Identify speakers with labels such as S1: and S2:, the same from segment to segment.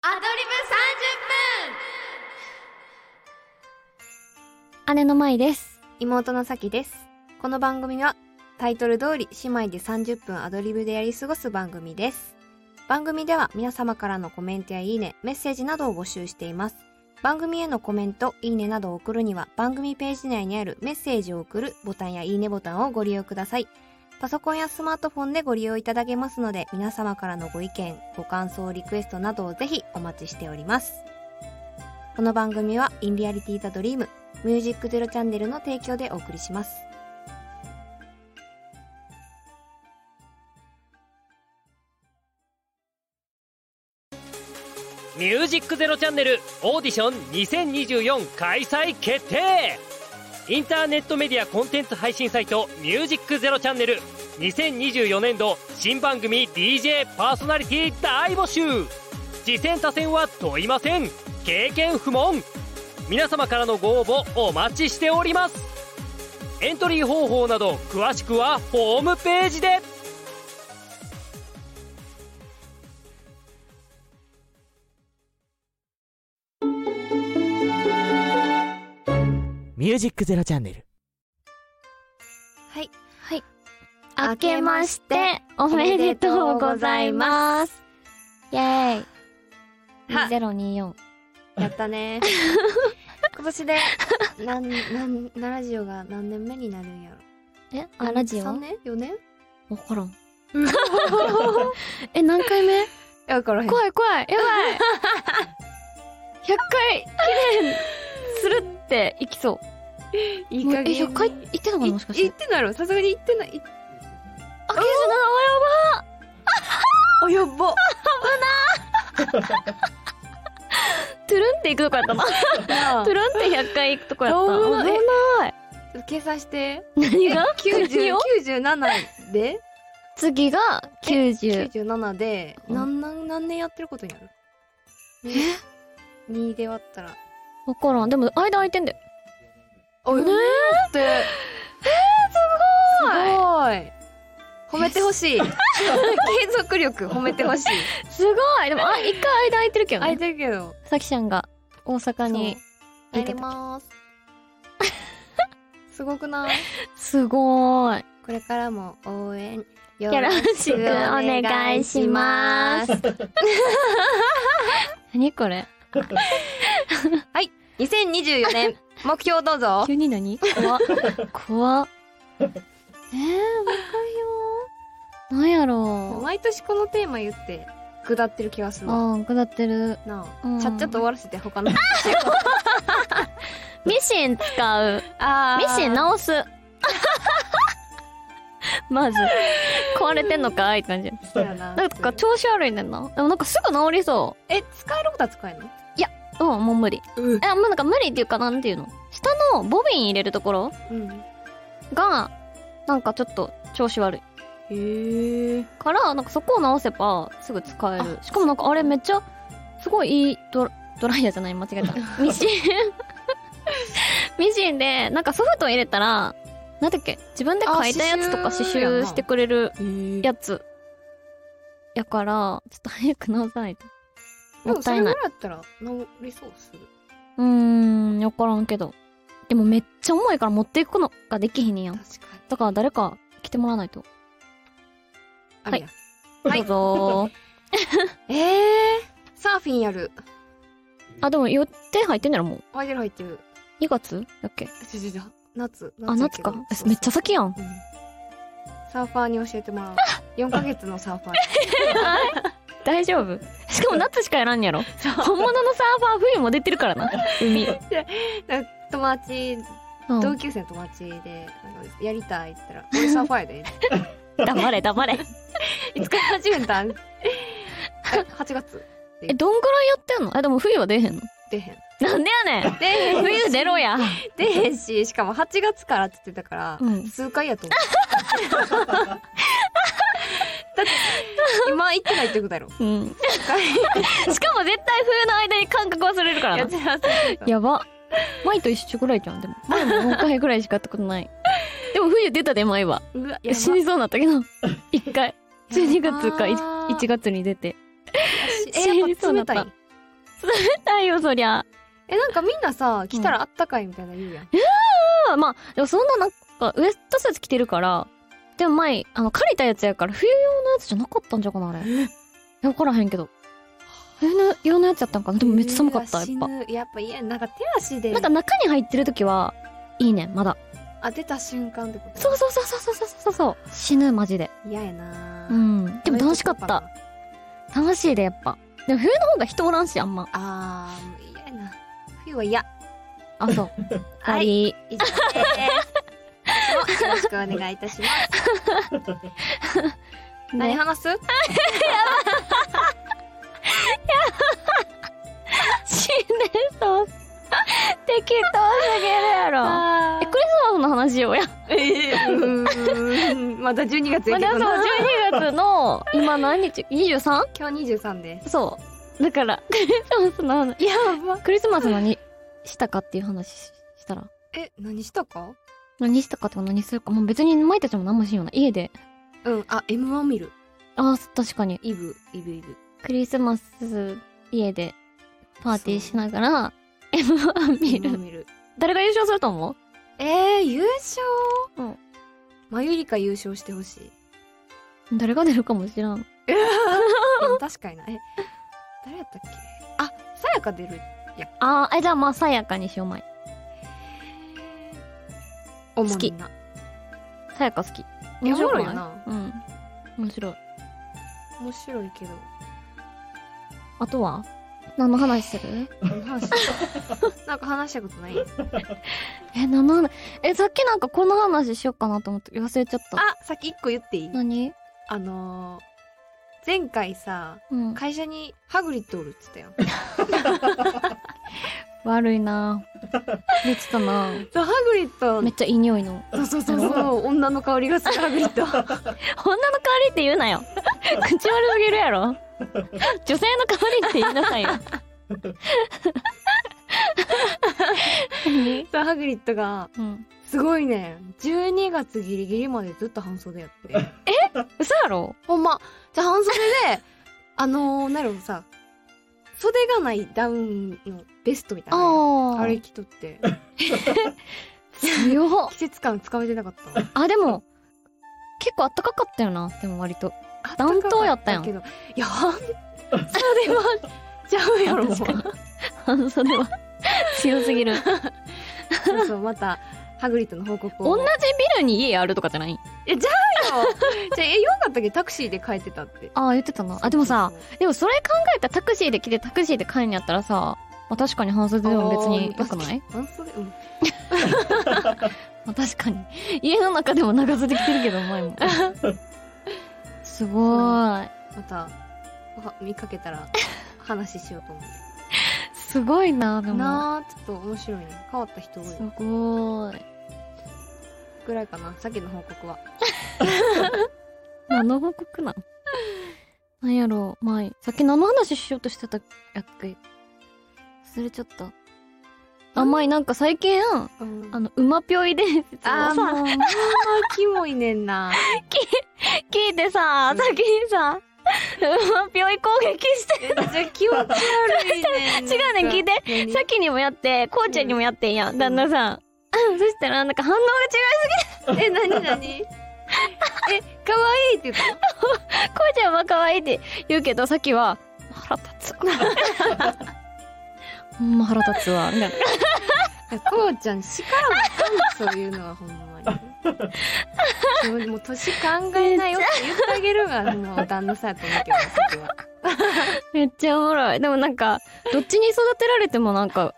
S1: アドリ
S2: 姉の舞です。
S3: 妹のさきですこの番組はタイトル通り姉妹で30分アドリブでやり過ごす番組です番組では皆様からのコメントやいいねメッセージなどを募集しています番組へのコメントいいねなどを送るには番組ページ内にあるメッセージを送るボタンやいいねボタンをご利用くださいパソコンやスマートフォンでご利用いただけますので皆様からのご意見ご感想リクエストなどをぜひお待ちしておりますこの番組は「インリアリティ・ザ・ドリーム」ミュージックゼロチャンネルの提供でお送りします。
S4: ミュージックゼロチャンネルオーディション2024開催決定インターネットメディアコンテンツ配信サイトミュージックゼロチャンネル2024年度新番組 DJ パーソナリティ大募集次戦他戦は問いません経験不問皆様からのご応募お待ちしておりますエントリー方法など詳しくはホームページで
S5: ミュージックゼロチャンネル。
S3: はい、
S2: 明けまして、おめでとうございます。イェーイ。
S3: は
S2: 2024。
S3: やった ね。今年で、なん、なん、なラジオが何年目になるんやろ。
S2: えあ、ラジオ
S3: ?3
S2: わ
S3: 年 ?4 年
S2: からん。え、何回目
S3: だからへん。
S2: 怖い怖い。やばい。100回、綺麗にするって、いきそう。
S3: いい
S2: もうえ、
S3: 加減に。
S2: 100回いってたのかなもしかして。
S3: 言ってないろさすがに言ってない。い
S2: あ、97、おやば
S3: あ、やっば。
S2: トゥルンっていくとこやったな。
S3: なあ
S2: トゥルンって100回いくとこやっ
S3: 危ない
S2: た。危ない。
S3: ちょっと計算して。
S2: 何
S3: え
S2: が
S3: 90
S2: 何を
S3: ?97 で
S2: 次が90。
S3: ?97 で、
S2: うん
S3: 何、何、何年やってることになるえ ?2 で割ったら。
S2: わからん。でも、間空いてんだよ。
S3: あ、ねえって。えー、すごい。すごい。褒めてほし い。継続力褒めて ほしい。
S2: すごいでも、あ、一回間空いてるけど
S3: あい
S2: ね。
S3: てるけど。
S2: さきちゃんが大阪に
S3: そう
S2: 行って
S3: 帰り
S2: た。
S3: ます。すごくない
S2: すごーい。
S3: これからも応援よ
S2: よろしくお願いします。何これ
S3: 2024年、 目標どうぞ。
S2: 急に何怖っ。怖っ。えー、わかるよ。なんやろ
S3: 毎年このテーマ言って、下ってる気がす
S2: う。
S3: るわ。
S2: あー、下ってる。
S3: な
S2: う
S3: あ、
S2: ん
S3: ちゃっちゃと終わらせて他の。
S2: ミシン使う。
S3: あ
S2: ミシン直す。 まず、壊れてんのかいって感じ。
S3: そうやな
S2: なんか調子悪いねんな。でもなんかすぐ治りそ
S3: え、使えることは使えるの
S2: う。うん、もう無理。
S3: うん。
S2: え、もうなんか無理っていうかなんていうの下のボビン入れるところが、なんかちょっと調子悪い。
S3: へえ。
S2: から、なんかそこを直せばすぐ使える。しかもなんかあれめっちゃ、すごいいいドラドライヤーじゃない間違 えた。ミシン。 ミシンで、なんかソフト入れたら、なんだっけ自分で書いたやつとか
S3: あ
S2: 刺
S3: 刺繍やな
S2: 繍してくれる
S3: へ
S2: やつ。やから、ちょっと早く直さないと。
S3: で
S2: も
S3: も
S2: っ
S3: そ
S2: た
S3: れ
S2: い
S3: ぐ
S2: な
S3: ら
S2: い
S3: い。だったら治りそうっする。
S2: うーん、わからんけど。でもめっちゃ重いから持っていくのができひんねやん。
S3: 確かに。
S2: だから誰か来てもらわないと。
S3: ありや。
S2: どうぞ
S3: ええー、サーフィンやる。
S2: あ、でも予定入ってんねやろ、もう。
S3: アイデル入ってる。
S2: 2月だっけ
S3: ちょちょちょ夏。
S2: あ、
S3: や
S2: 夏
S3: けど
S2: か。えめっちゃ先やん。
S3: うんサーファーに教えてもらう。4ヶ月のサーファーに。
S2: 大丈夫。しかも夏しかやらんやろ。本物のサーファー冬も出てるからな。海。
S3: 友達、
S2: うん
S3: 同級生の友達で、なんかやりたいって言ったら、俺サーファーや で。
S2: 黙れ黙れ。
S3: いつから始めたん え ?8 月
S2: え、どんぐらいやってんのえ、でも冬は出へんの
S3: 出へん。
S2: なんでや ねん
S3: 出へん。
S2: 冬出ろや。
S3: 出へんし、しかも8月からって言ってたから、
S2: うん
S3: 数回やと思う。だって、今行ってないってことやろ。
S2: うん。しかも絶対冬の間に感覚忘れるから
S3: や
S2: な
S3: っ。てらせん。
S2: やば。前と一緒ぐらいじゃん、でも。前も5回ぐらいしかやったことない。でも冬出たで、前は。
S3: うわ、
S2: いや死にそうになったけ ど、1回。12月か
S3: やばー
S2: 1月に出て。
S3: え、
S2: 死
S3: や
S2: に
S3: っ
S2: そ
S3: ぱ
S2: う
S3: 冷
S2: になった
S3: たい。
S2: たいよ、そりゃ。
S3: え、なんかみんなさ、来たらあったかいみたいな言うやん。
S2: まあまあ、でもそんななんか、ウエストスーツ着てるから、でも前、あの、借りたやつやから、冬用のやつじゃなかったんじゃうかな、あれ。いや、わからへんけど。冬の用のやつやったんかな。でもめっちゃ寒かった、やっぱ
S3: う。わ死ぬやっぱ家、なんか手足で、
S2: なんか中に入ってる時は、いいねん、まだ。
S3: 当てた瞬間ってこと
S2: そうそうそうそうそうそうそう。死ぬ、マジで。
S3: 嫌やなぁ
S2: うん。でも楽しかった。。楽しいで、やっぱ。でも冬の方が人おらんし、あんま。
S3: あー、もう嫌やな。冬は嫌。
S2: あ、そう。
S3: は。
S2: はいい。
S3: 以上 です。いつもよろしくお願いいたします。何
S2: ね、
S3: 話す
S2: 死ねそう。 適当すぎるやろ。
S3: あ
S2: え、クリスマスの話をや。
S3: えー、まだ12月
S2: ま
S3: や
S2: あ、
S3: け
S2: でも
S3: ど
S2: そう、
S3: な。
S2: 12月の、今何日 ?23?
S3: 今日23です。
S2: そう。だから、クリスマスの話、
S3: やば。
S2: クリスマス何したかっていう話ししたら。
S3: え、何したか
S2: 何したかとか何するか。もう別に舞たちも何もしんような。家で。
S3: うん、あ、M1 見る。
S2: ああ、確かに。
S3: イブ、イブイブ。
S2: クリスマス、家で、パーティーしながら、M1 見る。
S3: M1 見る。
S2: 誰が優勝すると思う
S3: えー、優勝
S2: うん。
S3: まゆりか優勝してほ しい。
S2: 誰が出るかもしらん。
S3: でも確かにな。え、誰やったっけあ、さやか出る。
S2: ああ、え、じゃあまあ、さやかにしよう、まい。
S3: お
S2: 好き
S3: もんな。
S2: さやか好き。
S3: えおもろ
S2: く
S3: いよな。
S2: うん。面白い。
S3: 面白いけど。
S2: あとは何の話する
S3: 話しなんか話したことない
S2: え、何の話え、さっきなんかこの話しようかなと思って忘れちゃった。
S3: あ、さっき一個言っていい
S2: 何
S3: あのー、前回さ、
S2: うん。
S3: 会社にハグリッドおるっつったやん。
S2: 悪い なぁ。言ってたなぁ
S3: そう、ハグリッド
S2: めっちゃいい匂いの。
S3: そうそうそうそう、女の香りがするハグリッ ド。
S2: 女の代わりって言うな よ。口悪すぎるやろ。女性の代わりって言いなさいよ。
S3: そう、ハグリッドが、
S2: うん。
S3: すごいね、12月ギリギリまでずっと半袖やって。
S2: 嘘やろ
S3: ほんま、じゃあ半袖で、 あのー、なるほどさ、袖がないダウンのベストみたいな。
S2: あ
S3: あ
S2: あ
S3: れ
S2: れ
S3: 着とって、
S2: 強っ
S3: 季節感つかめてなかった。
S2: あ、でも、結構あったかかったよな。でも割と。
S3: 暖
S2: 暖
S3: 冬
S2: 冬
S3: や
S2: や
S3: っ
S2: ったた
S3: や
S2: や
S3: ん
S2: ん
S3: けどいや半袖はちゃうやろ
S2: 確かに半袖は強すぎる。
S3: そうそうまたハグリッドの報告を
S2: 同じビルに家あるとかじゃない
S3: じゃあえよかったっけタクシーで帰ってたって
S2: ああ、言ってたな。あ、でもさ、でもそれ考えたらタクシーで来てタクシーで帰るんやったらさ、まあ、確かに半袖でも別に良くない
S3: 半袖うん
S2: まあ、確かに。家の中でも長袖着てるけど、お前 も。すごーい。
S3: またわ見かけたら話しようと思
S2: すごいな、で
S3: う
S2: も。
S3: なあちょっと面白いね変わった人多い
S2: すごーい。
S3: ぐらいかなさっきの報告は
S2: 何の報告なん なんやろう、まあいい、さっき何の話しようとしてたやっけ忘れちゃった。あ、まあいい、なんか最近、
S3: うん
S2: あの、馬ぴょい伝説を
S3: あ
S2: さ
S3: ー、もうほんまキモいねんな
S2: 聞いてさ、先にさ、馬ぴょい攻撃して、
S3: めっちゃ気持ち悪いねんな
S2: 違うねん聞いて
S3: 何
S2: 先にもやって、こうちゃんにもやってんや
S3: うん
S2: ん、旦那さん。そしたら、なんか反応が違
S3: え、なになにえ、かわいいって言ったの
S2: う。こうちゃんは可愛いって言うけど、さっきは、腹 立つ。ほんま腹立つわ。みたいな。
S3: いやこうちゃん、しからなあかん、そういうのはほんまに。でも、もう年考えないよって言ってあげるが、 もう旦那さんやと思うけど、そこは。
S2: めっちゃおもろい。でもなんか、どっちに育てられてもなんか、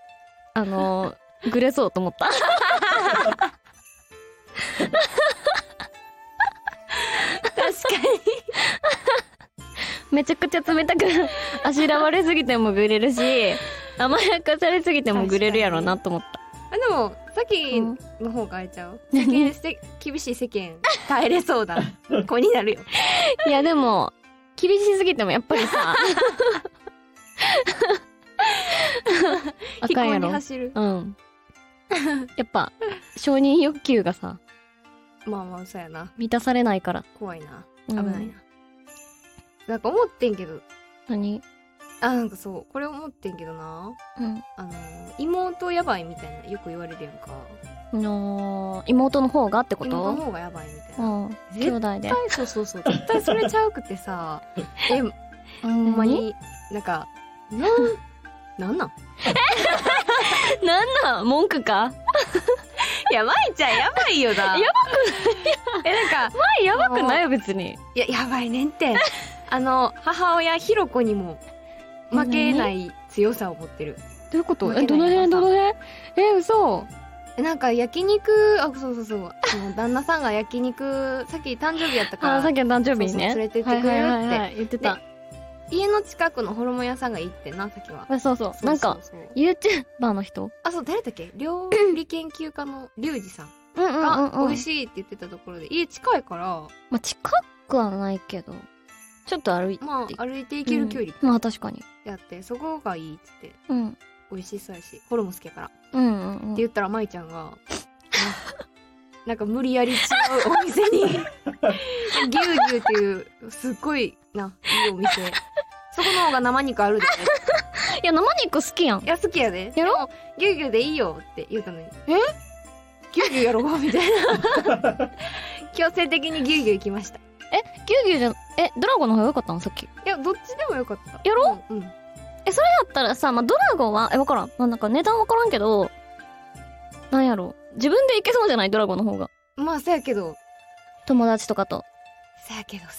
S2: あのー、ぐれそうと思った。
S3: 確か
S2: めちゃくちゃ冷たく、あしらわれすぎてもぐれるし、甘やかされすぎてもぐれるやろうなと思った。
S3: に。あ、でも、さっきの方があれちゃう。世間せ、厳しい世間、耐えれそう だ。子になるよ。
S2: いやでも、厳しすぎてもやっぱりさ、 あ
S3: 飛
S2: かん
S3: 行
S2: や
S3: に
S2: ろ。
S3: 走る。
S2: うん。やっぱ、承認欲求がさ、
S3: まあまあ、そうやな。
S2: 満たされないから。
S3: 怖いな。
S2: う
S3: 危
S2: ん
S3: ないな。なんか思ってんけど、
S2: 何
S3: あなんかそうこれ思ってんけどな
S2: うん。
S3: あの妹やばいみたいなよく言われるやんか
S2: あのー妹の方がってこ
S3: 妹の
S2: と。
S3: 方がやばいみたいうなん
S2: 兄弟で
S3: 絶。対そうそう そう絶対それちゃうくてさえほんまになんかなんなんなん
S2: なんなん文句か
S3: やばいちゃんやばいよだ やばくないえなんか
S2: 前やばくないよ、別に。
S3: いややばいねんってあの母親ひろこにも負けない強さを持ってる
S2: どういうこと
S3: 負
S2: え、
S3: け
S2: ど
S3: な
S2: の
S3: いよ
S2: 辺どの辺え、嘘。
S3: えなんか焼肉あそうそうそうその旦那さんが焼肉 さっき誕生日やったから
S2: あ、さっきの誕生日
S3: そうそ
S2: にね。
S3: う連れてってくれるって
S2: はいはいはいはい言ってた。
S3: 家の近くのホルモン屋さんがいいってなさっきは
S2: あそうそうなんか、
S3: そうそうそう
S2: YouTuber の人
S3: あそう誰だっけ料理研究家のリュウジさん
S2: うんうん
S3: が美
S2: 美味
S3: 味
S2: しい。
S3: しいって言ってたところで家近いから
S2: まあ、近くはないけど、ちょっと歩いて。
S3: まあ歩いて行ける距離
S2: うんまあ、確かに。
S3: やってそこがいいっつって
S2: うん。
S3: 美味しそうやしホルモン好きやからって
S2: うんうんうん。
S3: 言ったら舞ちゃんがなんか無理やり違うお店 にぎゅうぎゅうっていうすっごいないいお店そこの方が生肉あるでね
S2: いや、生肉好きやん
S3: い。や好きやで
S2: やろ
S3: でもぎゅうぎゅうでいいよって言うたのにえぎゅうぎゅうやろうみたい な強制的にぎゅうぎゅう行きましたい
S2: ぎゅうぎゅうじゃん、え、ドラゴンの方が良かったのさっき。
S3: やどっちでもよかった
S2: やろ
S3: うん、うん
S2: だったらさ、まあ、ドラゴンは、え、わからん。まあ、なんか値段わからんけど、なんやろう。自分で行けそうじゃないドラゴンの方が。
S3: まあそやけど
S2: 友達とかと。
S3: そやけどさ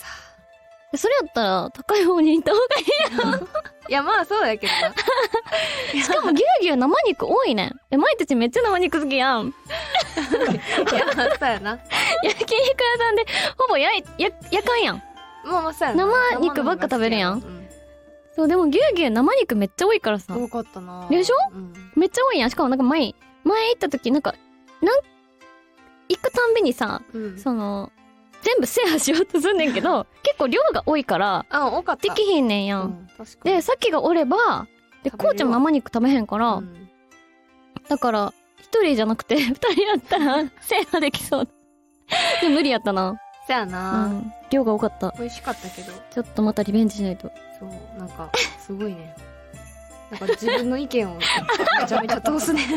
S2: でそれやったら、高い方に行った方がい。
S3: いやまあそうやけどない
S2: しかも、ぎゅうぎゅう生肉多いねん。え、舞たちめっちゃ生肉好き やん。
S3: いやまあそうやな
S2: 焼肉屋さんで、ほぼ焼い、や、焼かんやん。
S3: まあまあそうやな
S2: 生肉ばっか食べるや
S3: 生
S2: ん
S3: の方が好き
S2: そう、でもぎゅうぎゅう生肉めっちゃ多いからさ
S3: や。うん多かったな
S2: でしょ
S3: うん
S2: めっちゃ多いやん。しかもなんか前、前行った時、なんか、なん、行くたんびにさ、
S3: うん
S2: その、全部制覇しようとすんねんけど、結構量が多いから、
S3: あ多かった
S2: できひんねんや。
S3: うんん確かに
S2: で、さっきがおれば、で、
S3: 食べれるわ
S2: こうちゃん生肉食べへんから、
S3: うん
S2: だから、一人じゃなくて、 二人やったら、制覇できそう。で無理やったな。
S3: そや
S2: う
S3: な、
S2: ん。量が多かった。
S3: 美味しかったけど
S2: ちょっとまたリベンジしないと。
S3: そうなんかすごいねなんか自分の意 見をめちゃめちゃ通すね
S2: い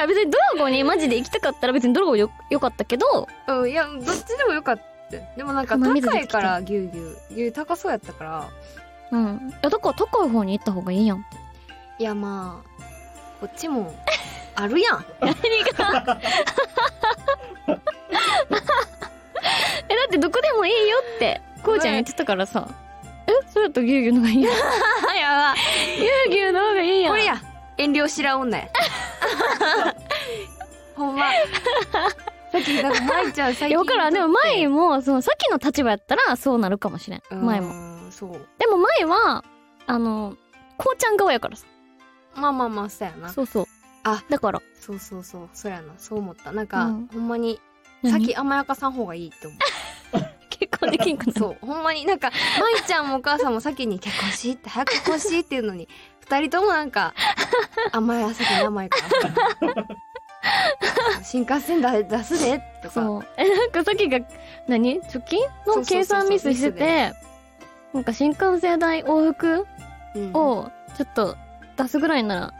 S2: や、別にドラゴンにマジで行きたかったら別にドラゴンよ、よかったけど、
S3: うんいやどっちでもよかったよでもなんか
S2: 鼻水
S3: 高
S2: 出
S3: い
S2: てきた
S3: からぎゅうぎゅうぎゅう高そうやったから
S2: うん。いや、だから高い方に行った方がいいやん。
S3: いやまあこっち もあるやん
S2: え、だってどこでもいいよって、こうちゃん言ってたからさ。え、それだと ぎゅうぎゅうの方がいいやん。
S3: やば
S2: ぎゅうぎゅうの方がいいやん。
S3: これや遠慮しらん女 やほんまさっきなんか舞ちゃん最
S2: い
S3: 近
S2: や、わからん。でも前も、その、さっきの立場やったらそうなるかもしれん。前も。
S3: もそう
S2: でも前は、あの、こうちゃん側やからさ。
S3: まあまあまあそうやな
S2: そうそう。
S3: あ、
S2: だから。
S3: そうそうそうそうやなそう思ったなんか、
S2: うん
S3: ほんまにさ
S2: さ
S3: っ
S2: っき
S3: き甘やかさん方がいいって思う
S2: 結婚できんくなる。
S3: そう、ほんまになんか、舞ちゃんもお母さんも先に結婚しって、早く結婚しっていうのに、二人ともなんか、甘い朝日甘い から。新幹線だ出すでとか。
S2: そう。え、なんかさっきが、何
S3: そうそうそ
S2: 貯金
S3: うそう
S2: の計算ミスして
S3: ミス
S2: て、なんか新幹線代往復
S3: うん
S2: をちょっと出すぐらいなら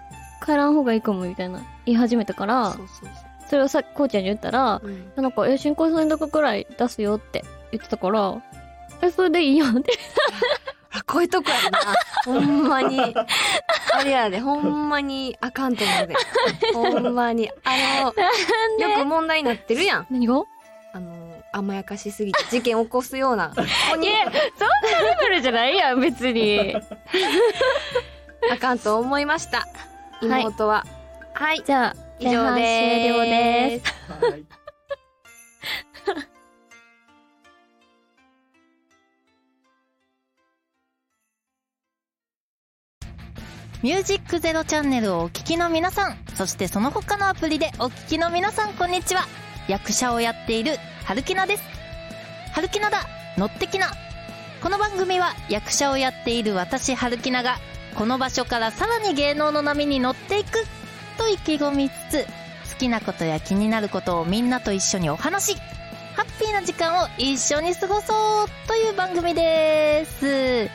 S2: 帰らん方がいいかもみたいな言い始めたか
S3: そう
S2: ら
S3: そうそう
S2: それをさこうちゃんに言ったら
S3: うん
S2: なんか「え新婚さんだくらい出すよ」って言ってたから「えそれでいいよ」って
S3: あこういうとこやな。ほんまに。あれやで、ほんまにあかんと思うで。ほんまに。あの、よく問題になってるやん。
S2: 何が
S3: あの、甘やかしすぎて事件起こすような子
S2: い
S3: に
S2: やそんなレベルじゃないやん別に
S3: あかんと思いました。
S2: はい
S3: 妹は。はい。
S2: じゃあ
S3: 以上で
S2: 前半終了です
S3: す。
S5: はい
S6: ミュージックゼロチャンネルをお聞きの皆さん、そしてその他のアプリでお聞きの皆さん、こんにちは。役者をやっている、はるきなです。はるきなだ、乗ってきな。この番組は役者をやっている私、はるきなが、この場所からさらに芸能の波に乗っていく、と意気込みつつ、好きなことや気になることをみんなと一緒にお話し、ハッピーな時間を一緒に過ごそうという番組です。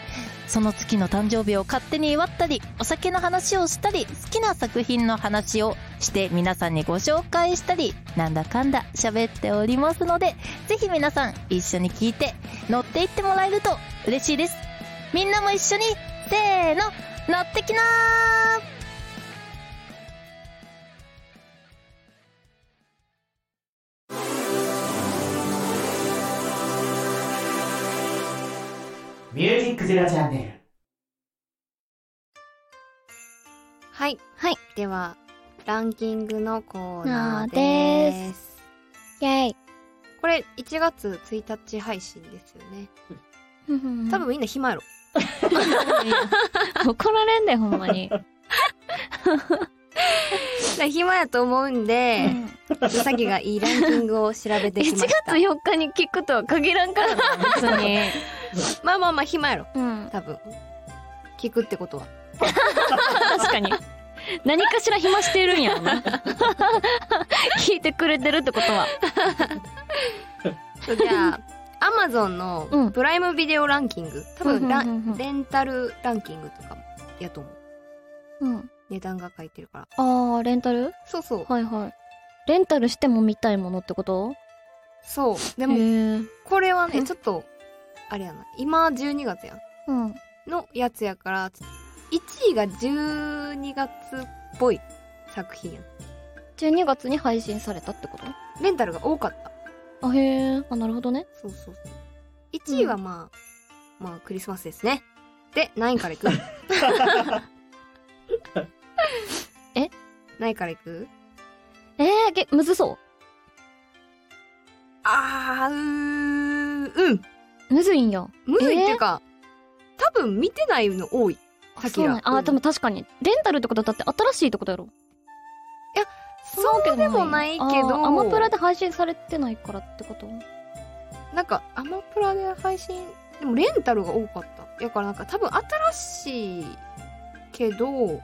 S6: その月の誕生日を勝手に祝ったりお酒の話をしたり好きな作品の話をして皆さんにご紹介したりなんだかんだ喋っておりますのでぜひ皆さん一緒に聞いて乗っていってもらえると嬉しいですみんなも一緒にせーの乗ってきなー
S5: ミュージックゼロチャンネル。
S3: はい。
S2: はい。
S3: では、ランキングのコーナー
S2: なー
S3: で。
S2: ですイェイ。
S3: これ、1月1日配信ですよね。多分みんな暇やろ。
S2: 怒られんで、ほんまに。
S3: だから暇やと思うんで、うさぎがいいランキングを調べてき
S2: 1
S3: ました。
S2: 月4日に聞くとは限らんからな、別に。
S3: まあまあまあ暇やろ。
S2: うん。
S3: 多分。聞くってことは。
S2: 確かに。何かしら暇してるんやろな。聞いてくれてるってことは。
S3: そうじゃあ、アマゾンのプライムビデオランキング。多分ラン、レンタルランキングとかも、やと思う。
S2: うん。
S3: 値段が書いてるから。
S2: あー、レンタル
S3: そうそう。
S2: はいはい。レンタルしても見たいものってこと
S3: そう。で
S2: で
S3: も、
S2: うん。
S3: これは
S2: う
S3: ね、
S2: ん
S3: ちょっと、あれやな。今12月やん。のやつやから、1位が12月っぽい作品やん。
S2: 12月に配信されたってこと
S3: レンタルが多かった。
S2: あ、へー。あ、なるほどね。
S3: そうそうそう。1位はまあ、まあクリスマスですね。で、何位からい く
S2: え
S3: 何位からいく
S2: えー、げ、むずそ
S3: あー、うーうん。
S2: う。むずいんや。
S3: むずいっていうか、多分見てないの多い。さ
S2: あ、
S3: っき
S2: そう
S3: ら
S2: なんやあー、でも確かに。レンタルってことだって新しいってことやろ。
S3: そうでもないけど、
S2: あーアマプラで配信されてないからってこと
S3: なんか、アマプラで配信、でもレンタルが多かった。やからなんか多分新しいけど、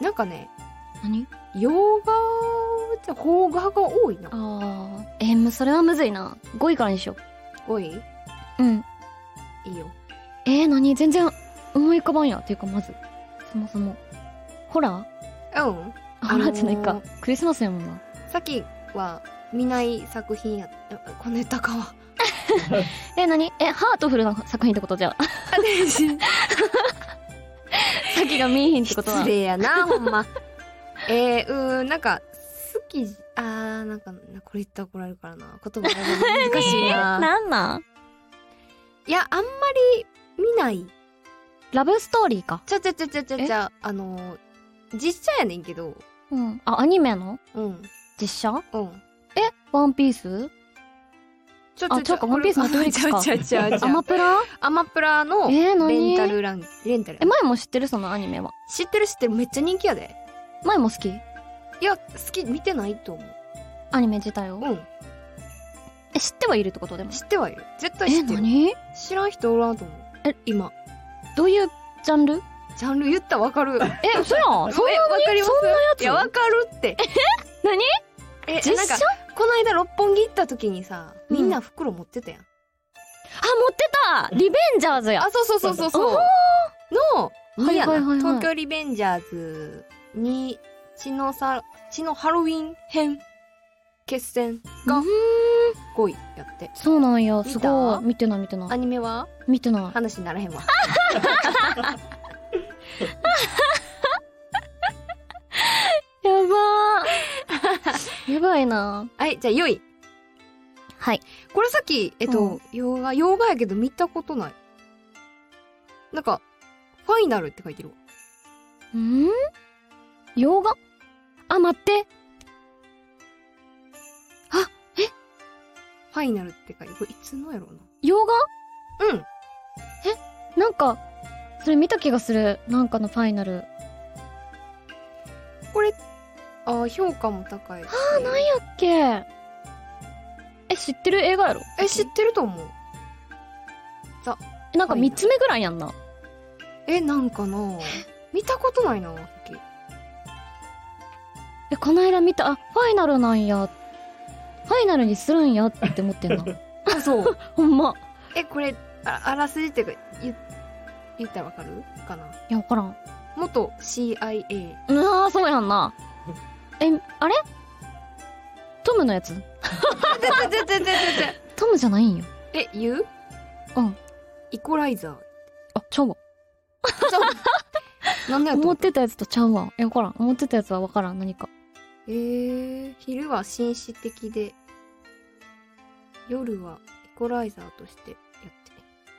S3: なんかね、
S2: 何
S3: 洋画じゃ、邦画が多いな。
S2: あー。えー、むそれはむずいな。5位からにしよ。
S3: 多いいう
S2: うん。
S3: いよ。
S2: えー、何全然思い浮かばんや。っていうか、まず。そもそも。ホラー
S3: うん。
S2: あ
S3: あ
S2: ホ
S3: のー
S2: ラーじゃないか。クリスマスやもんな。
S3: さっきは見ない作品やった。このネタか は。
S2: えー、何え、ハートフルな作品ってことじゃあ。 さっきが見えへんってことは
S3: 失。礼やな、ほんま。 えー、うーん、なんか、好き、あー、なんか、なこれ言ったら怒られるからな。言葉が難し いな。
S2: なんなん
S3: いや、あんまり見ない。
S2: ラブストーリーか。
S3: ちゃちゃちゃちゃちゃちゃ、あのー、実写やねんけど、
S2: うん。あ、アニメの
S3: うん、
S2: 実写
S3: うん。
S2: ワンピース
S3: ちょ
S2: あちょっとワンピースの
S3: これ
S2: Netflix か
S3: ちゃちゃちゃち
S2: ア
S3: ゃ
S2: マプラ
S3: アマプラの
S2: えー、
S3: レン
S2: 何
S3: タルラン、レンタル
S2: え、。前も知ってるそのアニメは。
S3: 知ってる知ってる、めっちゃ人気やで。
S2: 前も好き
S3: いや、好き、見てないと思う。
S2: アニメ自体を。
S3: うん、
S2: え、知ってはいるってことでも。
S3: 知ってはいる。絶対知
S2: え、
S3: ってる。
S2: 何
S3: 知らん人おらんと思う。
S2: え
S3: 今。
S2: どういうジャンル
S3: ジャンル言ったらわか る。
S2: え、嘘やんそんな
S3: えわかります
S2: そんなやつ
S3: いや、わかるって。
S2: 何
S3: え、
S2: 実
S3: なん
S2: 写
S3: か
S2: あ、、
S3: この間六本木行った時にさ、
S2: うん
S3: みんな袋持ってたやん。
S2: 持ってたリベンジャーズや
S3: あ、そうそうそうそうそう。の、
S2: はい
S3: やな
S2: はいはいはい
S3: 東京リベンジャーズに、血のさ、血のハロウィン編、決戦が
S2: うん
S3: 5位やって。
S2: そうなんや、
S3: た
S2: すごい。見てない見てな
S3: ア
S2: い。
S3: ニメは
S2: 見てない。
S3: 話にならへんわ。
S2: やば ー。やばいな
S3: はい、じゃあ4位。
S2: はい。
S3: これさっき、えっと、
S2: う
S3: 洋画、洋画やけど見たことない。なんか、ファイナルって書いてるわ。
S2: ん洋画あ、待って。
S3: ファイナルって書いてる。これいつのやろう
S2: 洋画
S3: な。うん。
S2: なんか、それ見た気がする。なんかのファイナル。
S3: これ、あー評価も高いし。
S2: あ、なんやっけえ、知ってる映画やろ
S3: え、知ってると思う。
S2: えなんか3つ目ぐらいやんな。
S3: え、なんかな見たことないな、さっき。
S2: え、こないだ見た、あ、ファイナルなんや。ファイナルにするんやって 思ってんな。
S3: あ、そう。
S2: ほんま。
S3: え、これ、ああらすじっていうか、言、言ったらわかるかない
S2: や、わからん。
S3: 元 CIA
S2: うわー、そうやんな。え、あれトムのやつ
S3: 全然全然全然
S2: トムじゃないんよ。
S3: え言う
S2: うん
S3: イコライザ
S2: あ、ちゃうわ。
S3: ー そうなんだよと
S2: 思
S3: 思
S2: っ
S3: った
S2: てたやつとちゃうわ。え、わからん。思ってたやつはわからん。何か。
S3: えー、昼は紳士的で夜はイコライザーとしてやって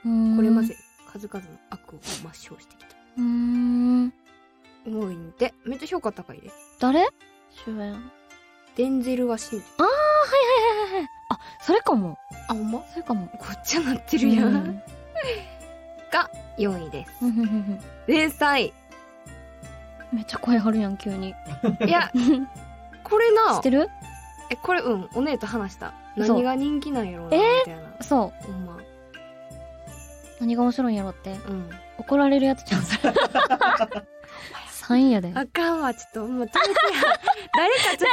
S2: うーん
S3: これまで。数々の悪を抹消してきた
S2: うーん。
S3: 思いんでめっちゃ評価高いです
S2: 誰主演。はいは
S3: デンゼル・ワシントン
S2: いはいはい。あ、それかも。
S3: あほんま
S2: それかも。
S3: ごっちゃなってるやん、
S2: うん
S3: が4位です
S2: うんうんうん
S3: 連載
S2: うんめっちゃ声張るやん、急に。
S3: い やこれ
S2: 知
S3: な
S2: ってる
S3: えこれうんお姉と話した
S2: そう
S3: 何が人気なんやろうな
S2: え
S3: み
S2: ー
S3: たいな、
S2: そう。
S3: ほんま
S2: 何が面白いんやろって。
S3: うん
S2: 怒られるやつちゃ うそれ。3位やで。
S3: あかんわちょっともう止めてや誰かちょっと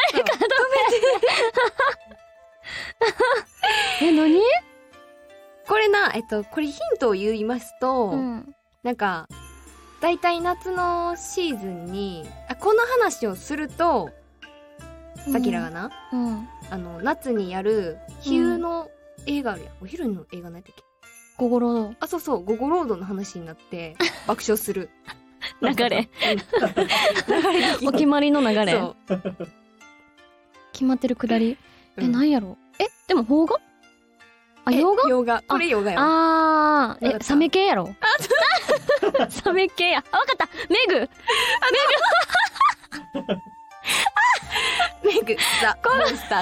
S2: え、何
S3: これなえっとこれヒントを言いますと、
S2: うん。
S3: なんかだいたい夏のシーズンにあこの話をするとさきらがな、
S2: うん。
S3: あの夏にやる昼の映画あるやん、お昼の映画なんやったっけ
S2: ゴゴロ
S3: あそうそう「ゴゴロード」の話になって 爆笑する
S2: 流れ。
S3: 流れ
S2: お決まりの流
S3: ま
S2: れ。決まってるくだり。え、なんんやろえ、でも邦画あ、洋画
S3: 洋画これ洋画よ
S2: あ
S3: わか
S2: ー、
S3: っ
S2: え、
S3: た
S2: サメ系 やろサメ系や。あ、わかったメグ
S3: メグザ・モンスター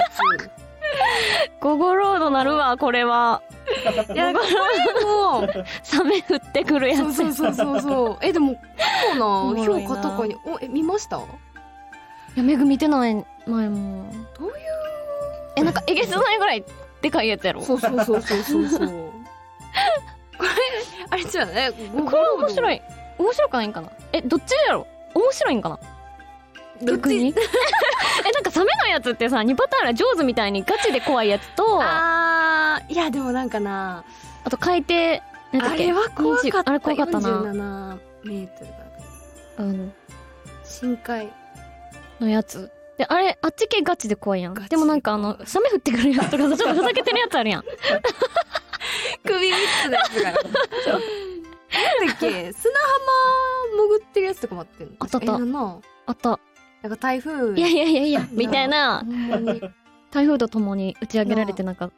S2: ゴゴロードなるわ、これは。
S3: 2いやこれも
S2: サメ降ってくるや
S3: そう
S2: つ。
S3: そうそうそうそうえで も結構
S2: お
S3: な
S2: もろい
S3: 評
S2: な
S3: 価高いにおえ見ましたど
S2: いや、メグ見てない前も。
S3: ういう
S2: え、なんかえげつないぐらいでかいやつやろ
S3: そうそうそうそうそうそうこれあれじゃないゴ
S2: これ面白
S3: い
S2: い。面白くないんかなえ、どっちやろ面白いんかな逆 にえ、なんかサメのやつってさ、2パターンあるジョーズみたいにガチで怖いやつと、あ
S3: あーいやでもなんかな
S2: と海底、なんだ
S3: あ
S2: っけ
S3: れは怖かっ
S2: 20
S3: た
S2: あれ怖かったな。
S3: 47メートルかな
S2: うん。
S3: 深海
S2: のやつ。で、あれ、あっち系ガチで怖いやん
S3: ガチで。
S2: でもなんかあの、サメ降ってくるやつと かさ、ちょっとふざけてるやつあるやん。
S3: 首打つのやつがななんだっけ砂浜潜ってるやつとかもあってんの
S2: あったあった
S3: えなんな
S2: あった。
S3: なんか台風
S2: いやいやいやいや、みたいな、
S3: ほんまに
S2: 台風と共に打ち上げられてなんか、あっ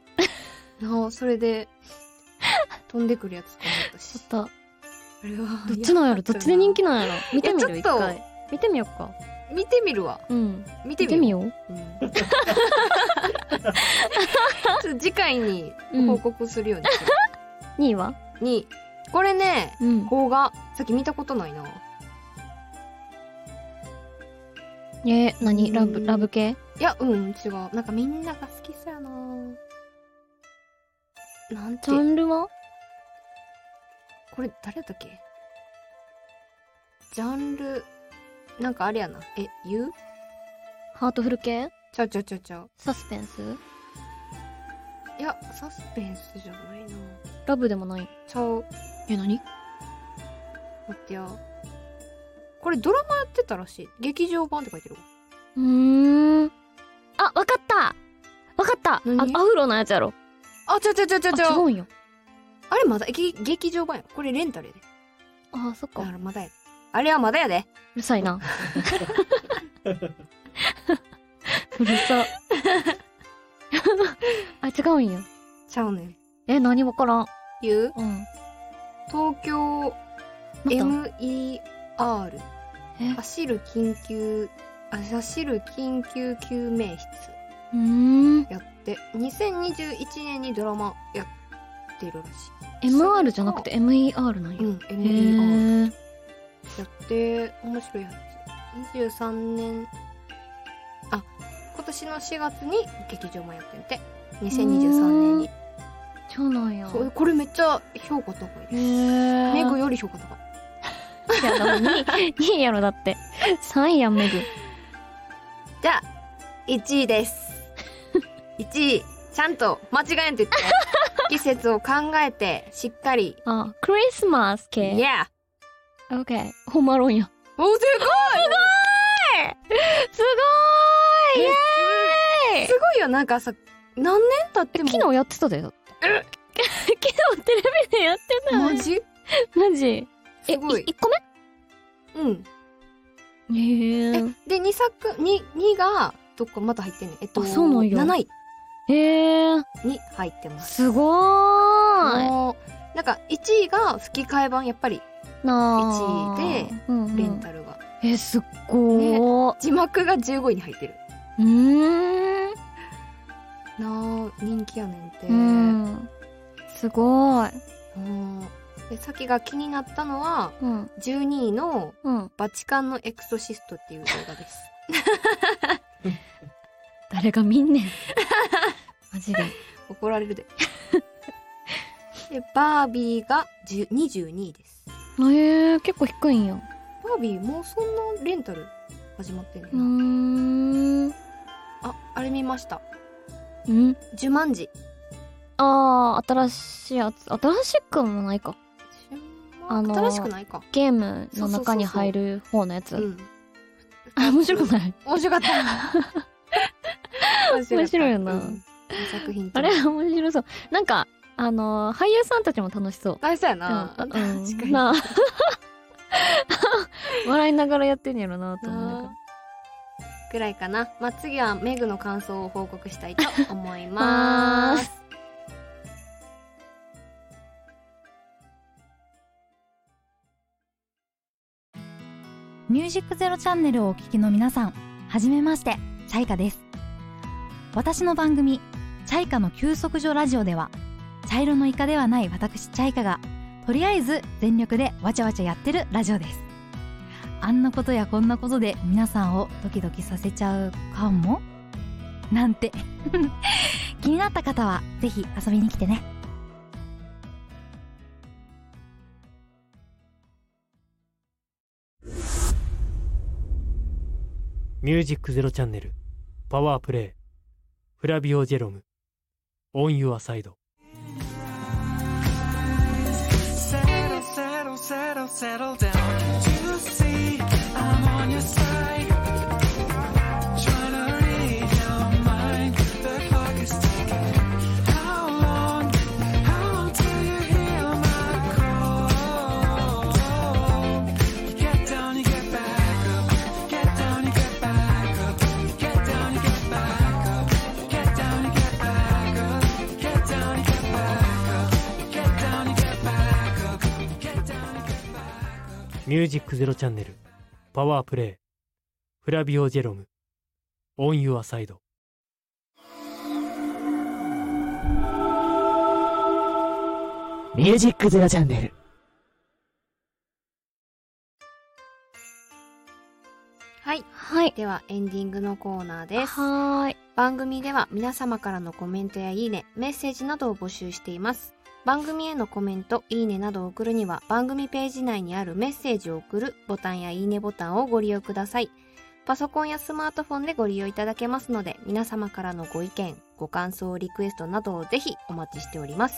S3: なあそれで飛んでくるやつとかもあったし
S2: た。ど
S3: あれは
S2: っちなんやろ
S3: か
S2: ど
S3: た
S2: っちで人気
S3: な
S2: なんやろ見てみる
S3: いや
S2: 一
S3: ちょっと
S2: 回。見てみよっか。
S3: 見てみるわ
S2: う
S3: 見
S2: ん。
S3: て
S2: 見
S3: み
S2: て
S3: る
S2: みよう。
S3: うん ちょっと次回に
S2: うん
S3: 報告するようにする、
S2: 2位は
S3: にこれね
S2: うん。
S3: 動画さっき見たことないな
S2: え、何ラ
S3: う
S2: ブ、
S3: ん
S2: ラブ系
S3: いやうん違うなんかみんなが好きそうやななんて
S2: ジャンルは
S3: これ誰だっけジャンルなんかあれやなえ言う
S2: ハートフル系
S3: ちゃうちゃうちゃうちゃう
S2: サスペンス
S3: いやサスペンスじゃないな
S2: ラブでもない。
S3: ちゃう
S2: え、何
S3: 待ってよこれドラマやってたらしい劇場版って書いてるわ
S2: うーん。あ、わかったわかったあ
S3: 何
S2: アフロのやつやろ
S3: あちゃうちゃうちゃうちゃうち
S2: あ、
S3: ゃ
S2: 違
S3: う
S2: うんよ。
S3: あれまだえげ劇場版やこれレンタルやで
S2: あ、そっか
S3: あ。れまだやであれはまだやで
S2: うるさいな。うるさ。 あ、違うんよ。
S3: ちゃうねん
S2: え、何わからん。
S3: 言う
S2: うん。
S3: 東京
S2: また、
S3: MER
S2: え
S3: 走る緊急あ走る緊急救命室
S2: うーん。
S3: やって2021年にドラマやってるらし
S2: MR じゃなくて MER なん
S3: い、
S2: や。
S3: ん、
S2: へ
S3: MER や
S2: ー。
S3: って面白いやつ23年あ今年の4月に劇場もやってみて2023年に
S2: そうなんや。
S3: そうこれめっちゃ評価高いで
S2: へ
S3: す
S2: ー。
S3: メグより評価高い
S2: やだ、2位やろ、だって。3位やん、メグ。
S3: じゃあ1位です 1位ちゃんと間違えんと言って季節を考えてしっかり
S2: あ、クリスマス
S3: い
S2: 系。
S3: や
S2: OK。ホームアローンや。
S3: おす
S2: すごーいイ
S3: ご
S2: エー
S3: い
S2: イ
S3: すごいよなんかさ何年経っても
S2: 昨日やってたで。だって昨日テレビでやってた
S3: マジ
S2: マジえ、
S3: すごい
S2: 1個
S3: うん
S2: 目へ
S3: えで2作に二がどっかまた入ってんねんえっと
S2: あそうなんや
S3: 7位
S2: え。へえ。
S3: に入ってます
S2: すごーい
S3: もうなんか1位が吹き替え版やっぱり
S2: なあ
S3: 1位で、
S2: うんうん
S3: レンタルが、
S2: え、すっごー。
S3: 字幕が15位に入ってる
S2: うーん。
S3: なあ人気やねんて
S2: うん。すごい。
S3: うんでさっきが気になったのは
S2: うん。
S3: 12位の
S2: うん。
S3: 「バチカンのエクソシスト」っていう映画です
S2: 誰が見んねん。 マジで。
S3: 怒られ るででバービーが10 22位です
S2: えー、結構低いんや。
S3: バービーもうそんなレンタル始まってんね
S2: うー。
S3: んなん
S2: ん
S3: ああれ見ました「ジュマンジ」
S2: あー、新しいやつ。新しくもないか。
S3: ジュマ
S2: あのー
S3: 新しくないか
S2: ゲームの中に入る方のやつ。
S3: うん
S2: あ、面白くない
S3: 面白かった 面白かった
S2: 面白いよな
S3: うん作品
S2: あれ面白そう。なんか、あのー、俳優さんたちも楽しそう。
S3: 大事や
S2: うん
S3: な、
S2: うん
S3: 確かに
S2: なあ 笑いながらやってんやろなと思いながら。
S3: ぐらいかな。まあ、次はメグの感想を報告したいと思いま。
S2: ます
S6: ミュージックゼロチャンネルをお聞きの皆さん、はじめまして、チャイカです。私の番組、チャイカの休息所ラジオでは、茶色のイカではない私チャイカが、とりあえず全力でわちゃわちゃやってるラジオです。あんなことやこんなことで皆さんをドキドキさせちゃうかもなんて。 気になった方は、ぜひ遊びに来てね。
S4: ミュージックゼロチャンネル、パワープレイ、フラビオジェロム、オンユアサイド。
S7: Settle, settle, settle, settle down. To see I'm on your side. Trying to read your mind. The clock is ticking. How long, how long till you hear my call? You get down, you get back up. You Get down, you get back up. You Get down, you get back up. You Get down, you get back up. You Get down, you get back up. You Get down, you get back up.
S4: ミュージックゼロチャンネル、パワープレイ、フラビオジェロム、オンユアサイド。
S5: ミュージックゼロチャンネル。
S3: はい。
S2: はい。
S3: では、エンディングのコーナーです。
S2: はーい。
S3: 番組では皆様からのコメントやいいね、メッセージなどを募集しています。番組へのコメント、いいねなどを送るには、番組ページ内にあるメッセージを送るボタンやいいねボタンをご利用ください。パソコンやスマートフォンでご利用いただけますので、皆様からのご意見、ご感想、リクエストなどをぜひお待ちしております。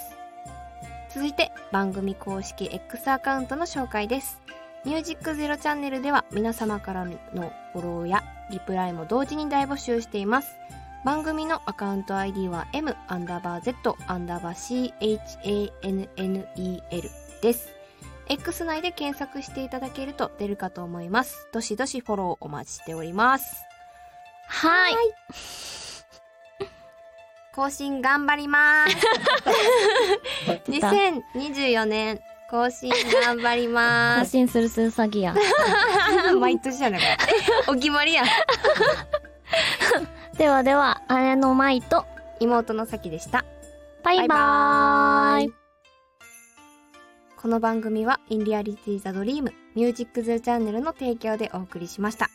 S3: 続いて、番組公式 X アカウントの紹介です。ミュージックゼロチャンネルでは皆様からのフォローやリプライも同時に大募集しています。番組のアカウント ID は m アンダーバー z アンダーバー CHANNEL です。X 内で検索していただけると出るかと思います。どしどしフォローお待ちしております。
S2: はい。
S3: 更新頑張り ます。2024年更新頑張りま
S2: 発
S3: す。
S2: 信するすうさぎや。
S3: 毎年じゃない お決まりや。
S2: ではでは、姉の舞と、
S3: 妹の先でした。
S2: バイバーイ。
S3: この番組は「インリアリティザドリームミュージックゼロチャンネルの提供でお送りしました。